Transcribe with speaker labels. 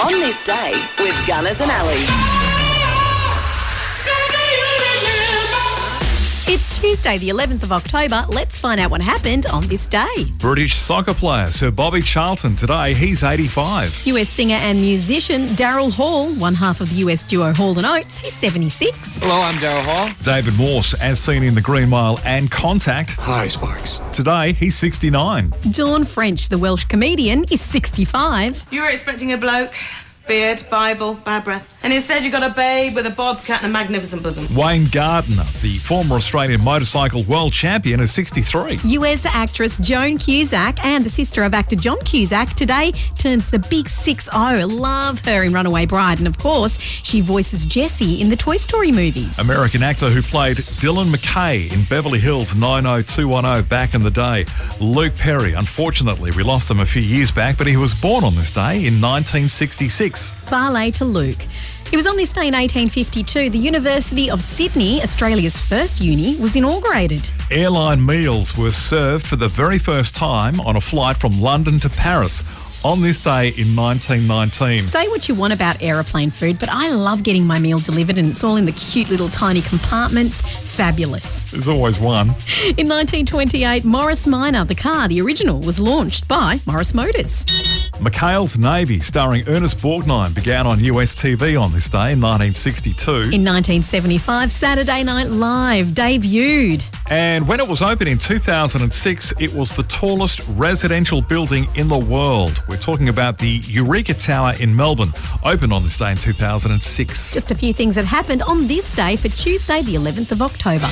Speaker 1: on this day with Gunners and Alley.
Speaker 2: It's Tuesday, the 11th of October. Let's find out what happened on this day.
Speaker 3: British soccer player Sir Bobby Charlton today, he's 85.
Speaker 2: US singer and musician Daryl Hall, one half of the US duo Hall and Oates, he's 76.
Speaker 4: Hello, I'm Daryl Hall.
Speaker 3: David Morse, as seen in The Green Mile and Contact,
Speaker 4: Hi, Sparks.
Speaker 3: today he's 69.
Speaker 2: Dawn French, the Welsh comedian, is 65.
Speaker 5: You were expecting a bloke, beard, Bible, bad breath. And instead you got a babe with a bobcat and a magnificent bosom.
Speaker 3: Wayne Gardner, the former Australian motorcycle world champion, is 63.
Speaker 2: US actress Joan Cusack and the sister of actor John Cusack today turns the big 6 0. Love her in Runaway Bride. And of course, she voices Jessie in the Toy Story movies.
Speaker 3: American actor who played Dylan McKay in Beverly Hills 90210 back in the day. Luke Perry, unfortunately, we lost him a few years back, but he was born on this day in 1966.
Speaker 2: Far later, Luke. It was on this day in 1852 the University of Sydney, Australia's first uni, was inaugurated.
Speaker 3: Airline meals were served for the very first time on a flight from London to Paris on this day in 1919.
Speaker 2: Say what you want about aeroplane food, but I love getting my meal delivered and it's all in the cute little tiny compartments. Fabulous.
Speaker 3: There's always one.
Speaker 2: In 1928, Morris Minor, the car, the original, was launched by Morris Motors.
Speaker 3: McHale's Navy, starring Ernest Borgnine, began on US TV on this day in 1962.
Speaker 2: In 1975, Saturday Night Live debuted.
Speaker 3: And when it was opened in 2006, it was the tallest residential building in the world. We're talking about the Eureka Tower in Melbourne, opened on this day in 2006.
Speaker 2: Just a few things that happened on this day for Tuesday, the 11th of October.